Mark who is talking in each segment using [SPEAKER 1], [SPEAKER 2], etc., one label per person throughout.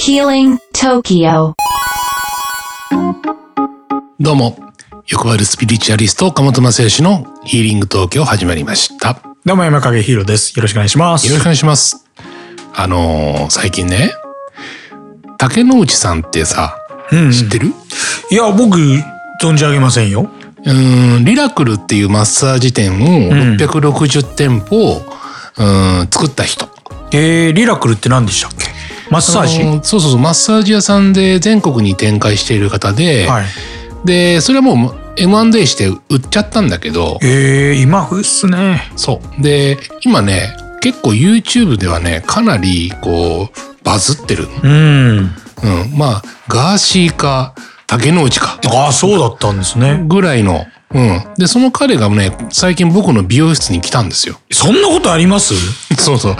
[SPEAKER 1] Healing Tokyo.
[SPEAKER 2] どうも、欲張るスピリチュアリスト、岡本正義のヒーリング東京始まりました。よ
[SPEAKER 3] どうも山影ヒーローです。よろしくお願いします。
[SPEAKER 2] ろしくお願いします。あのー最近ね、竹之内さんってさ、
[SPEAKER 3] うんうん
[SPEAKER 2] 知ってる
[SPEAKER 3] いや、僕、存じ上げませんよ。
[SPEAKER 2] うーん、リラクルっていうマッサージ店を
[SPEAKER 3] うん
[SPEAKER 2] 660店舗を、うーん、作った人。
[SPEAKER 3] えー、リラクルって何でしたっけマッサージ、
[SPEAKER 2] あのーそうそうそう、マッサージ屋さんで全国に展開している方で、
[SPEAKER 3] はい。
[SPEAKER 2] で、それはもう M&A して売っちゃったんだけど、
[SPEAKER 3] えー、今風っすね。
[SPEAKER 2] そう。で、今ね、結構 YouTube ではね、かなりこう、バズってる。
[SPEAKER 3] うん。
[SPEAKER 2] うん。まあ、ガーシーか、竹之内か、
[SPEAKER 3] ああ、そうだったんですね。
[SPEAKER 2] ぐらいの。うん。で、その彼がね、最近僕の美容室に来たんですよ。
[SPEAKER 3] そんなことあります
[SPEAKER 2] そうそ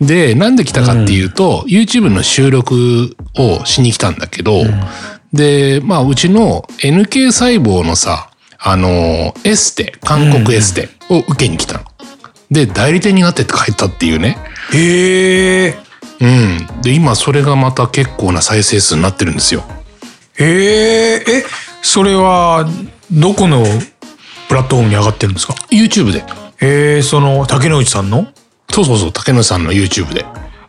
[SPEAKER 2] う。で、なんで来たかっていうと、YouTube の収録をしに来たんだけど、で、まあ、うちの NK 細胞のさ、あのー、エステ、韓国エステを受けに来たの。で、代理店になってって帰ったっていうね。
[SPEAKER 3] えー、
[SPEAKER 2] うん。で、今それがまた結構な再生数になってるんですよ。
[SPEAKER 3] えー、え、それは、どこのプラットフォームに上がってるんですか
[SPEAKER 2] YouTube で。
[SPEAKER 3] えー、その、竹之内さんの
[SPEAKER 2] そうそうそう、竹野さんの YouTube で。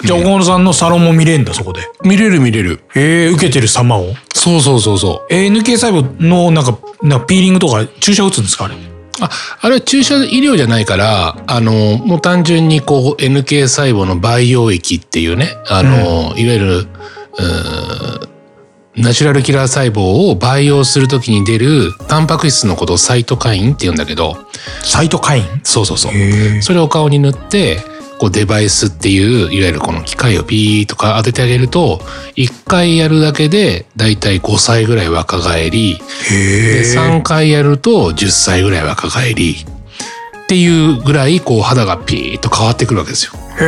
[SPEAKER 3] じゃあ、岡本さんのサロンも見れんだ、そこで。
[SPEAKER 2] 見れる見れる。
[SPEAKER 3] えー、受けてる様を。
[SPEAKER 2] そうそうそうそう。
[SPEAKER 3] えー NK 細胞のなんか、なんかピーリングとか注射打つんですかあれ。
[SPEAKER 2] あ、あれは注射医療じゃないから、あの、もう単純にこう、NK 細胞の培養液っていうね、あの、いわゆる、うーんナチュラルキラー細胞を培養するときに出るタンパク質のことをサイトカインって言うんだけど、
[SPEAKER 3] サイトカイン
[SPEAKER 2] そうそうそう。
[SPEAKER 3] へ
[SPEAKER 2] それを顔に塗って、こうデバイスっていう、いわゆるこの機械をピーとか当ててあげると、1回やるだけで、だいたい5歳ぐらい若返り、で
[SPEAKER 3] え。
[SPEAKER 2] 3回やると10歳ぐらい若返り、っていうぐらい、こう肌がピーと変わってくるわけですよ。まあ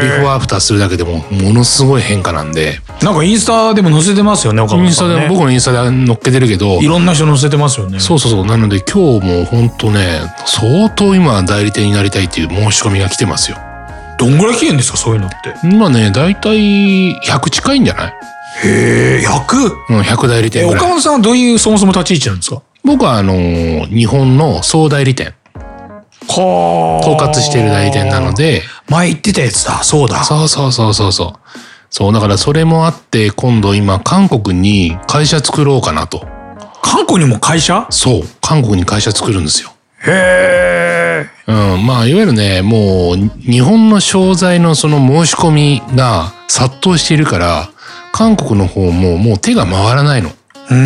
[SPEAKER 2] ビフォーアフターするだけでも、ものすごい変化なんで、
[SPEAKER 3] なんかインスタでも載せてますよね、岡
[SPEAKER 2] イ
[SPEAKER 3] 本
[SPEAKER 2] ンス
[SPEAKER 3] さ
[SPEAKER 2] タ
[SPEAKER 3] ん、ね。
[SPEAKER 2] で、僕のインスタで載っけてるけど
[SPEAKER 3] い、ろんな人載せてますよね。
[SPEAKER 2] そうそうそう。なので今日も本当ね、相当今代理店になりたいっていう申し込みが来てますよ。
[SPEAKER 3] どんぐらい来てんですか、そういうのって。
[SPEAKER 2] 今ね、だいたい100近いんじゃない
[SPEAKER 3] へえ、100?
[SPEAKER 2] うん、100代理
[SPEAKER 3] え、
[SPEAKER 2] 店ぐ
[SPEAKER 3] 岡
[SPEAKER 2] らい。
[SPEAKER 3] 本さんはどういうそもそも立ち位置なんですか
[SPEAKER 2] 僕はあのー日本の総代理店、
[SPEAKER 3] は
[SPEAKER 2] 統括してる代理店なの。で、
[SPEAKER 3] 前言ってたやつだ、そうだ。
[SPEAKER 2] そうそうそうそうそう。そう、だからそれもあって、今度今、韓国に会社作ろうかなと。
[SPEAKER 3] 韓国にも会社
[SPEAKER 2] そう、韓国に会社作るんですよ。
[SPEAKER 3] へえ。
[SPEAKER 2] うん、まあ、いわゆるね、もう、日本の商材のその申し込みが殺到しているから、韓国の方ももう手が回らないの。
[SPEAKER 3] うー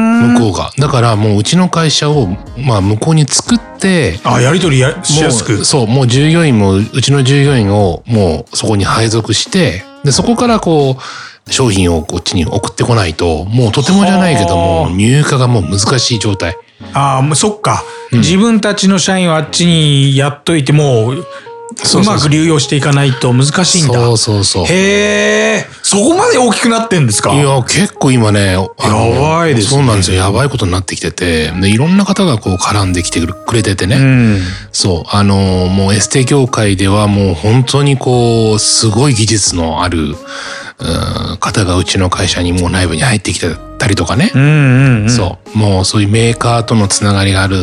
[SPEAKER 3] ん。
[SPEAKER 2] 向こうが。だからもううちの会社を、まあ向こうに作って、
[SPEAKER 3] あ、やりとりやしやす
[SPEAKER 2] も
[SPEAKER 3] く
[SPEAKER 2] う。そう、もう従業員も、うちの従業員をもうそこに配属して、で、そこからこう、商品をこっちに送ってこないと、もうとてもじゃないけど
[SPEAKER 3] は
[SPEAKER 2] も
[SPEAKER 3] あ、
[SPEAKER 2] 入荷がもう難しい状態。
[SPEAKER 3] ああ、もうそっか、
[SPEAKER 2] うん
[SPEAKER 3] 自分たちの社員をあっちにやっといてもう、う
[SPEAKER 2] そうそうそう
[SPEAKER 3] まく流用していかないと難しいんだ。
[SPEAKER 2] そうそうそう。い
[SPEAKER 3] へえ、そこまで大きくなってんですか
[SPEAKER 2] や、結構今ね、や
[SPEAKER 3] やばいですね
[SPEAKER 2] そうなんですよ。やばいことになってきてて、で、いろんな方がこう絡んできてくれててね。
[SPEAKER 3] うん。
[SPEAKER 2] そう。あのーもうエステ業界ではもう本当にこう、すごい技術のある、うーん方がうちの会社にもう内部に入ってきてたりとかね
[SPEAKER 3] う。んうん。
[SPEAKER 2] そう。もうそういうメーカーとのつながりがある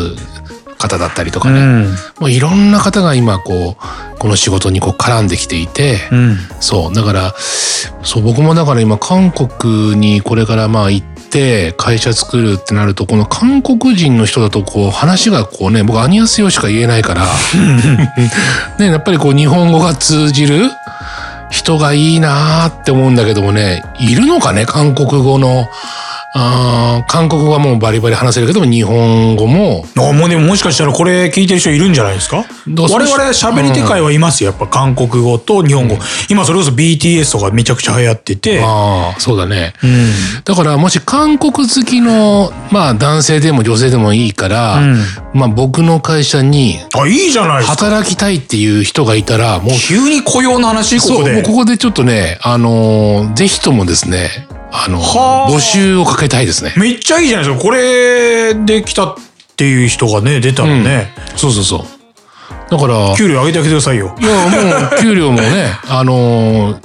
[SPEAKER 2] 方だったりとか
[SPEAKER 3] う
[SPEAKER 2] ね。
[SPEAKER 3] ん。
[SPEAKER 2] もういろんな方が今こう、この仕事にこう絡んできていて、
[SPEAKER 3] うん。
[SPEAKER 2] そう。だから、そう、僕もだから今韓国にこれからまあ行って会社作るってなると、この韓国人の人だとこう話がこうね、僕アニアスよしか言えないから、 ね、やっぱりこう日本語が通じる人がいいなーって思うんだけどもね、いるのかね、韓国語の、あー韓国語はもうバリバリ話せるけども、日本語も、
[SPEAKER 3] あもうでももしかしたらこれ聞いてる人いるんじゃないですか
[SPEAKER 2] どう
[SPEAKER 3] 我々喋り手会はいますよ。やっぱ韓国語と日本語。今それこそ BTS とかめちゃくちゃ流行ってて。
[SPEAKER 2] ああ、そうだね。
[SPEAKER 3] うん。
[SPEAKER 2] だからもし韓国好きの、まあ男性でも女性でもいいから、
[SPEAKER 3] うん
[SPEAKER 2] まあ僕の会社に
[SPEAKER 3] あ、いいじゃないですか。
[SPEAKER 2] 働きたいっていう人がいたら、もう、
[SPEAKER 3] 急に雇用の話、こ
[SPEAKER 2] そ
[SPEAKER 3] こ
[SPEAKER 2] う、もう
[SPEAKER 3] で
[SPEAKER 2] こ。こでちょっとね、あのーぜひともですね、あのー
[SPEAKER 3] はあ
[SPEAKER 2] 募集をかけたいですね。
[SPEAKER 3] めっちゃいいじゃないですか。これで来たっていう人がね、出たらね、
[SPEAKER 2] そうそうそう。だから、
[SPEAKER 3] 給料上げてあげてくださいよ。
[SPEAKER 2] いや、もう、給料もね、あのー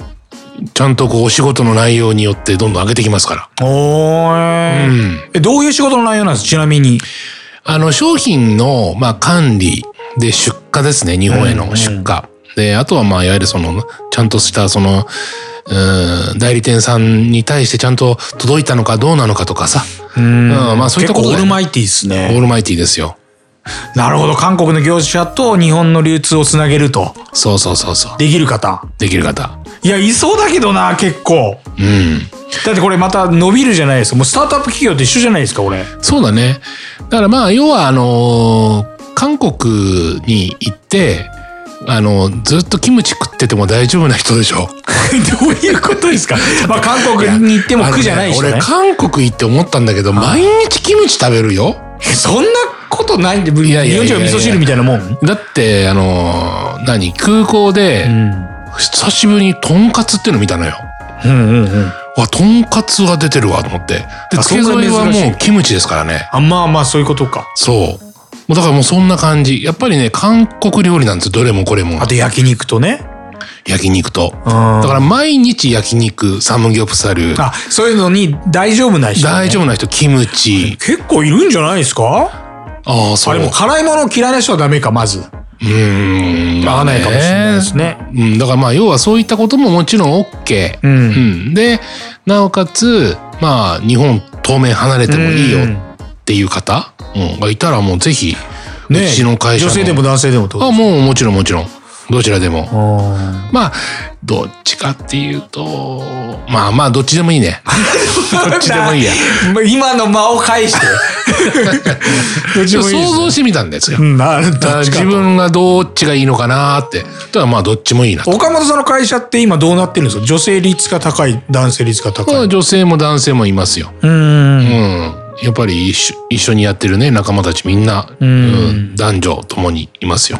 [SPEAKER 2] ちゃんとこうお仕事の内容によってどんどん上げてきますか
[SPEAKER 3] お
[SPEAKER 2] ら。
[SPEAKER 3] ー
[SPEAKER 2] う
[SPEAKER 3] い、
[SPEAKER 2] ん。
[SPEAKER 3] え、どういう仕事の内容なんですちなみに。
[SPEAKER 2] あの、商品の、まあ、管理で出荷ですね。日本へ
[SPEAKER 3] うんう
[SPEAKER 2] の
[SPEAKER 3] ん
[SPEAKER 2] 出荷。で、あとは、まあ、いわゆるその、ちゃんとした、その、うん代理店さんに対してちゃんと届いたのかどうなのかとかさ、
[SPEAKER 3] うん
[SPEAKER 2] まあそういったこと
[SPEAKER 3] 結
[SPEAKER 2] だ
[SPEAKER 3] 構
[SPEAKER 2] よ
[SPEAKER 3] オールマイティです
[SPEAKER 2] オ
[SPEAKER 3] ね。
[SPEAKER 2] ールマイティーですよ。
[SPEAKER 3] なるほど。韓国の業者と日本の流通をつなげると。
[SPEAKER 2] そうそうそうそう。
[SPEAKER 3] できる方。
[SPEAKER 2] できる方。
[SPEAKER 3] いや、いそうだけどな、結構。
[SPEAKER 2] うん。
[SPEAKER 3] だってこれまた伸びるじゃないですか。もうスタートアップ企業と一緒じゃないですか、これ。
[SPEAKER 2] そうだね。だからまあ、要はあのー韓国に行って、あのーずっとキムチ食ってても大丈夫な人でしょ。
[SPEAKER 3] どういうことですかまあ韓国に行っても苦じゃないし
[SPEAKER 2] あの
[SPEAKER 3] ね
[SPEAKER 2] ね。俺、韓国行って思ったんだけど、毎日キムチ食べるよ。
[SPEAKER 3] そんなことないんで、日
[SPEAKER 2] やいやいや
[SPEAKER 3] 本人は味噌汁みたいなもん。う
[SPEAKER 2] だって、あのー何空港で、
[SPEAKER 3] ん。
[SPEAKER 2] 久しぶりにとんかつっての見たのよ。
[SPEAKER 3] うんうんうん。
[SPEAKER 2] わ、とんかつが出てるわと思って。で、
[SPEAKER 3] あ
[SPEAKER 2] つけ
[SPEAKER 3] そん
[SPEAKER 2] 添
[SPEAKER 3] な
[SPEAKER 2] え
[SPEAKER 3] に
[SPEAKER 2] は
[SPEAKER 3] 珍しい
[SPEAKER 2] もうキムチですからね。
[SPEAKER 3] あ、まあまあ、そういうことか。
[SPEAKER 2] そう。もうだからもうそんな感じ。やっぱりね、韓国料理なんですよ。どれもこれも
[SPEAKER 3] あ。と焼肉とね。
[SPEAKER 2] 焼肉と。
[SPEAKER 3] うん。
[SPEAKER 2] だから毎日焼肉、サムギョプサル、
[SPEAKER 3] あ、そういうのに大丈夫な人、
[SPEAKER 2] 大丈
[SPEAKER 3] 夫。
[SPEAKER 2] 夫な人、キムチ。
[SPEAKER 3] 結構いるんじゃないですか
[SPEAKER 2] ああ、そ
[SPEAKER 3] あ
[SPEAKER 2] う。
[SPEAKER 3] れも辛いもの嫌いな人はダメか、まず。
[SPEAKER 2] うーん。
[SPEAKER 3] 合わないかもしれないですね。
[SPEAKER 2] うん、だからまあ、要はそういったことももちろん OK。
[SPEAKER 3] う。
[SPEAKER 2] うんん。で、なおかつ、まあ、日本当面離れてもいいよ
[SPEAKER 3] うん
[SPEAKER 2] っていう方、うん、がいたらもうぜひ、う
[SPEAKER 3] ね
[SPEAKER 2] ちの会社の
[SPEAKER 3] 女性でも男性でもってこと
[SPEAKER 2] あ、もうもちろんもちろん。どちらでも。
[SPEAKER 3] あ
[SPEAKER 2] まあ、どっちかっていうと、まあまあ、どっちでもいい ね。
[SPEAKER 3] ー
[SPEAKER 2] どっちでもいいや。
[SPEAKER 3] もう今の間を返 して。
[SPEAKER 2] 想
[SPEAKER 3] どっちでもいいですね
[SPEAKER 2] 像してみたんですよ
[SPEAKER 3] う。ん、なる
[SPEAKER 2] だから自分がどっちがいいのかなーって。ただまあどっちもいいなと。
[SPEAKER 3] 岡本さんの会社って今どうなってるんですか女性率が高い、男性率が高
[SPEAKER 2] まあ
[SPEAKER 3] い。う
[SPEAKER 2] 女性も男性もいますよ。うん。
[SPEAKER 3] ーん。
[SPEAKER 2] やっぱり一緒一緒にやってるね、仲間たちみんな、
[SPEAKER 3] うん
[SPEAKER 2] 男女ともにいますよ。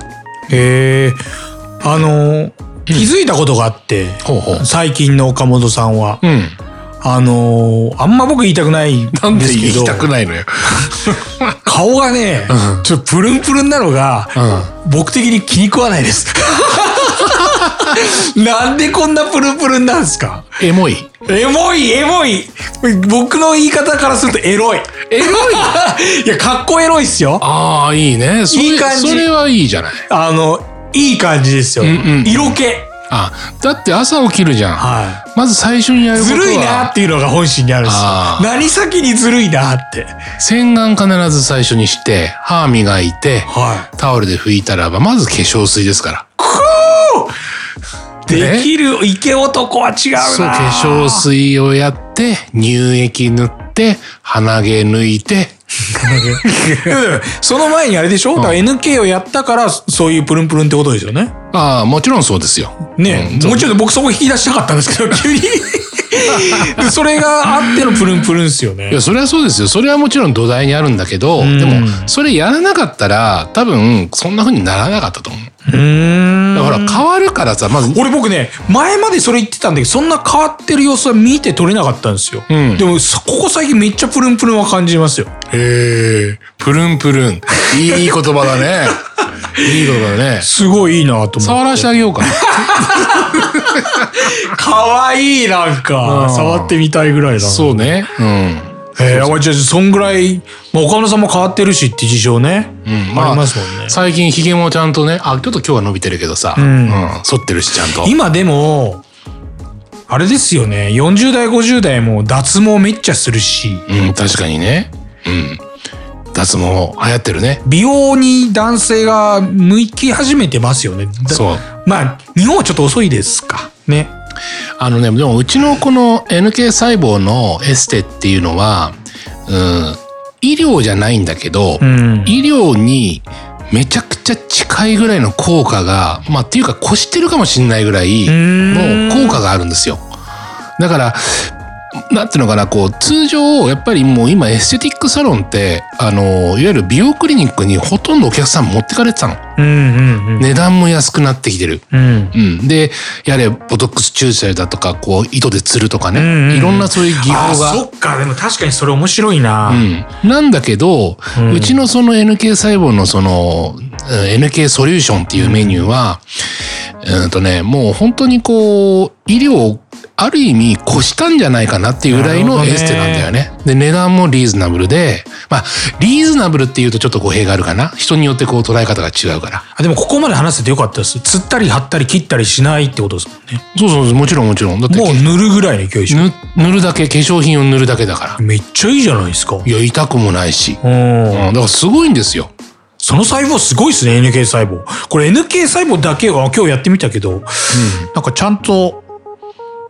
[SPEAKER 3] へえ。あの、気づいたことがあって、
[SPEAKER 2] ほうほう。
[SPEAKER 3] 最近の岡本さんは。
[SPEAKER 2] うん。
[SPEAKER 3] あの、あんま僕言いたくないん
[SPEAKER 2] なん
[SPEAKER 3] で
[SPEAKER 2] です
[SPEAKER 3] け
[SPEAKER 2] 行
[SPEAKER 3] ど
[SPEAKER 2] き、たくないのよ。
[SPEAKER 3] 顔がね、
[SPEAKER 2] う
[SPEAKER 3] ちょっとプルンプルンなのが、僕的に気に食わな いです。なんでこんなプルンプルンなんですか
[SPEAKER 2] エモい。
[SPEAKER 3] エモい、エモい。僕の言い方からするとエロい。エロい いや、かっこエロいっすよ。
[SPEAKER 2] ああ、いいね。それ
[SPEAKER 3] いい感じ
[SPEAKER 2] それはいいじゃない。
[SPEAKER 3] あの、いい感じですよ。
[SPEAKER 2] んうんうん
[SPEAKER 3] 色気。
[SPEAKER 2] あ、だって朝起きるじゃん。
[SPEAKER 3] は
[SPEAKER 2] まず最初にやる
[SPEAKER 3] い。
[SPEAKER 2] こと
[SPEAKER 3] ず
[SPEAKER 2] は。
[SPEAKER 3] るいなっていうのが本心にあるんですよ
[SPEAKER 2] あ。ー
[SPEAKER 3] 何先にずるいなって。
[SPEAKER 2] 洗顔必ず最初にして、歯磨いて、
[SPEAKER 3] は
[SPEAKER 2] タオルで拭いたらば、まず化粧水ですから。
[SPEAKER 3] い。
[SPEAKER 2] ね
[SPEAKER 3] できるイケ男は違うな。
[SPEAKER 2] そう、化粧。水をやって、乳液塗って、鼻毛抜いて、
[SPEAKER 3] その前にあれでしょだから NK をやったから、そういうプルンプルンってことですよね。
[SPEAKER 2] ああ、もちろんそうですよ。
[SPEAKER 3] ね
[SPEAKER 2] うん
[SPEAKER 3] もうちょっと僕そこ引き出したかったんです けど、急に。でそれがあってのプルンプルンですよね
[SPEAKER 2] いや、。それはそうですよ。それはもちろん土台にあるんだけど、
[SPEAKER 3] ん
[SPEAKER 2] でも、それやらなかったら、多分、そんな風にならなかったと思う。
[SPEAKER 3] うーん
[SPEAKER 2] だから、変わるからさ、まず、
[SPEAKER 3] 俺僕ね前までそれ言ってたんだけどそんな変わってる様子は見て取れなかったんですよ、
[SPEAKER 2] うん
[SPEAKER 3] でもそここ最近めっちゃプルンプルンは感じますよ
[SPEAKER 2] へえ、プルンプルン。いい言葉だ ね。いい言葉だね。
[SPEAKER 3] すごいいいなと思
[SPEAKER 2] 触
[SPEAKER 3] っ
[SPEAKER 2] ら
[SPEAKER 3] て
[SPEAKER 2] せてあげようかな。
[SPEAKER 3] かわいいなん
[SPEAKER 2] う
[SPEAKER 3] か、
[SPEAKER 2] ん
[SPEAKER 3] 触ってみたいぐらいだ
[SPEAKER 2] そうね。うん。
[SPEAKER 3] えー、あじゃあそんぐらい、まあ、岡野さんも変わってるしって事情ね、
[SPEAKER 2] うん
[SPEAKER 3] ありますもんね
[SPEAKER 2] 最近ひげもちゃんとねあちょっと今日は伸びてるけどさ、
[SPEAKER 3] ん
[SPEAKER 2] うん剃ってるしちゃんと
[SPEAKER 3] 今でもあれですよね40代50代も脱毛めっちゃするし
[SPEAKER 2] うん確かにねうん脱毛流行ってるね
[SPEAKER 3] 美容に男性が向き始めてますよねだ
[SPEAKER 2] そう
[SPEAKER 3] まあ日本はちょっと遅いですかね
[SPEAKER 2] あのねでもうちのこの NK 細胞のエステっていうのはうん医療じゃないんだけど、
[SPEAKER 3] ん
[SPEAKER 2] 医療にめちゃくちゃ近いぐらいの効果がまあっていうか越してるかもしんないぐらいの効果があるんですよだからなんていうのかなこう通常やっぱりもう今エステティックサロンってあのいわゆる美容クリニックにほとんどお客さん持ってかれてたの、
[SPEAKER 3] うんうんうん。
[SPEAKER 2] 値段も安くなってきてる
[SPEAKER 3] うん。
[SPEAKER 2] うん、でやれボトックス注射だとかこう糸で釣るとかね、
[SPEAKER 3] うんうんうん
[SPEAKER 2] いろんなそういう技
[SPEAKER 3] あ
[SPEAKER 2] 法が
[SPEAKER 3] そっか、でも確かにそれ面白いな。
[SPEAKER 2] うん、なんだけど、う
[SPEAKER 3] うん
[SPEAKER 2] ちのその NK 細胞のそのうん NK ソリューションっていうメニューは、うんとね、もう本当にこう、医療ある意味越したんじゃないかなっていうぐらいのエステなんだよね。で、値段もリーズナブルで、まあ、リーズナブルっていうとちょっと語弊があるかな。人によってこう捉え方が違うから。
[SPEAKER 3] あでもここまで話せてよかったです。釣ったり貼ったり切ったりしないってことですもんね。
[SPEAKER 2] そうそうそう、もちろんもちろん。だって、
[SPEAKER 3] もう塗るぐらいの勢いでしょ。
[SPEAKER 2] ぬ塗るだけ、化粧品を塗るだけだから。
[SPEAKER 3] めっちゃいいじゃないですか。
[SPEAKER 2] いや、痛くもないし。
[SPEAKER 3] うん
[SPEAKER 2] うん、だからすごいんですよ。
[SPEAKER 3] その細胞すごいですね、NK 細胞。これ NK 細胞だけは今日やってみたけど、なんかちゃんと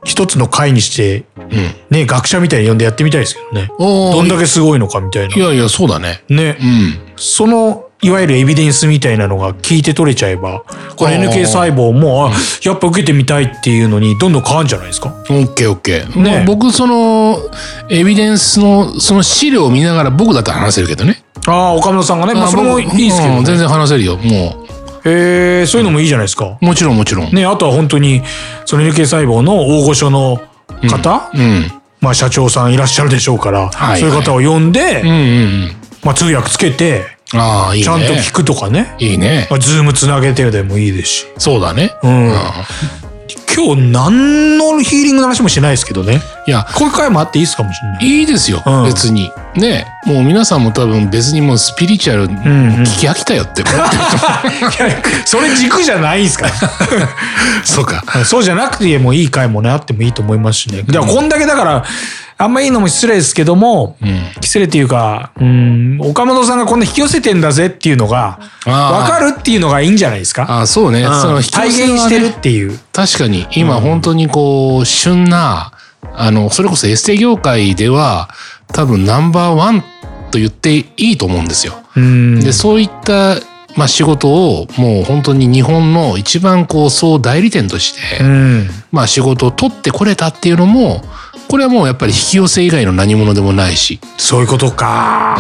[SPEAKER 3] 一つの回にして、
[SPEAKER 2] うん。
[SPEAKER 3] ね、学者みたいに呼んでやってみたいですけどね。
[SPEAKER 2] おー。
[SPEAKER 3] どんだけすごいのかみたいない
[SPEAKER 2] やいや、そうだね。
[SPEAKER 3] ね
[SPEAKER 2] う。ん。
[SPEAKER 3] その、いわゆるエビデンスみたいなのが聞いて取れちゃえば、これ
[SPEAKER 2] あー
[SPEAKER 3] NK 細胞も、あやっぱ受けてみたいっていうのにどんどん変わるんじゃないですか。
[SPEAKER 2] オッケーオッケー。
[SPEAKER 3] ね
[SPEAKER 2] まあ僕、その、エビデンスの、その資料を見ながら僕だったら話せるけどね。
[SPEAKER 3] ああ、岡村さんがね、まあ
[SPEAKER 2] あ
[SPEAKER 3] それもい
[SPEAKER 2] 僕
[SPEAKER 3] いですけ
[SPEAKER 2] う
[SPEAKER 3] ど
[SPEAKER 2] ん全
[SPEAKER 3] ね。
[SPEAKER 2] 然話せるよ。も
[SPEAKER 3] へえ、そういうのもいいじゃないですか。
[SPEAKER 2] う、もちろんもちろん。
[SPEAKER 3] ね、あとは本当に、その NK 細胞の大御所の方、
[SPEAKER 2] うん。
[SPEAKER 3] まあ社長さんいらっしゃるでしょうから、
[SPEAKER 2] はい
[SPEAKER 3] そういう方を呼んで、
[SPEAKER 2] うんうんうん。
[SPEAKER 3] まあ通訳つけて、
[SPEAKER 2] ああ、いいね。
[SPEAKER 3] ちゃんと聞くとかね。
[SPEAKER 2] いいね
[SPEAKER 3] ま。あズームつなげてでもいいですし。
[SPEAKER 2] そうだね。
[SPEAKER 3] うん。
[SPEAKER 2] うん
[SPEAKER 3] 今日何のヒーリングの話もしないですけどね。
[SPEAKER 2] いや、
[SPEAKER 3] こういう回もあっていいですかもしれない。
[SPEAKER 2] いいですよ、
[SPEAKER 3] うん
[SPEAKER 2] 別に。ねもう皆さんも多分別にもうスピリチュアル
[SPEAKER 3] んうん
[SPEAKER 2] 聞き飽きたよ って思ってると思
[SPEAKER 3] それ軸じゃないですから
[SPEAKER 2] う。そうか。
[SPEAKER 3] そうじゃなくてもいい回もね、あってもいいと思いますしね。でもこんだけだから、あんまいいのも失礼ですけども、
[SPEAKER 2] うん。
[SPEAKER 3] 失礼っていうか、うん、岡本さんがこんな引き寄せてんだぜっていうのが、
[SPEAKER 2] あー
[SPEAKER 3] わかるっていうのがいいんじゃないですか。
[SPEAKER 2] ああ、そうね。
[SPEAKER 3] うん
[SPEAKER 2] その
[SPEAKER 3] 体
[SPEAKER 2] 引き寄
[SPEAKER 3] 現
[SPEAKER 2] せはね
[SPEAKER 3] してるっていう。
[SPEAKER 2] 確かに、今本当にこう、旬な、あの、それこそエステ業界では、多分ナンバーワンと言っていいと思うんですよ。
[SPEAKER 3] うん。
[SPEAKER 2] で、そういった、まあ、仕事を、もう本当に日本の一番こう、総代理店として、
[SPEAKER 3] うん。
[SPEAKER 2] まあ、仕事を取ってこれたっていうのも、これはもうやっぱり引き寄せ以外の何物でもないし。
[SPEAKER 3] そういうことか。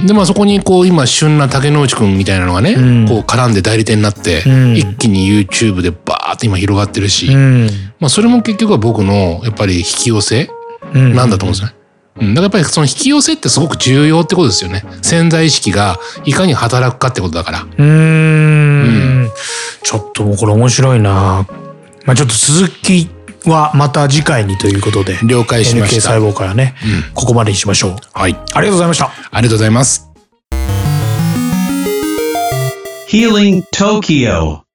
[SPEAKER 2] うん。で、まあそこにこう今旬な竹之内くんみたいなのがね、
[SPEAKER 3] うん
[SPEAKER 2] こう絡んで代理店になって、
[SPEAKER 3] うん
[SPEAKER 2] 一気に YouTube でバーって今広がってるし、
[SPEAKER 3] うん。
[SPEAKER 2] まあそれも結局は僕のやっぱり引き寄せ
[SPEAKER 3] うん
[SPEAKER 2] なんだと思うんですよね。うん、だからやっぱりその引き寄せってすごく重要ってことですよね。潜在意識がいかに働くかってことだから。
[SPEAKER 3] うーん。ちょっともうこれ面白いな。まあちょっと続きはまた次回にということで。
[SPEAKER 2] 了解しま
[SPEAKER 3] NK
[SPEAKER 2] した。
[SPEAKER 3] 細胞からね、ここまでにしましょう。
[SPEAKER 2] はい。
[SPEAKER 3] ありがとうございました。
[SPEAKER 2] ありがとうございます。
[SPEAKER 4] Healing Tokyo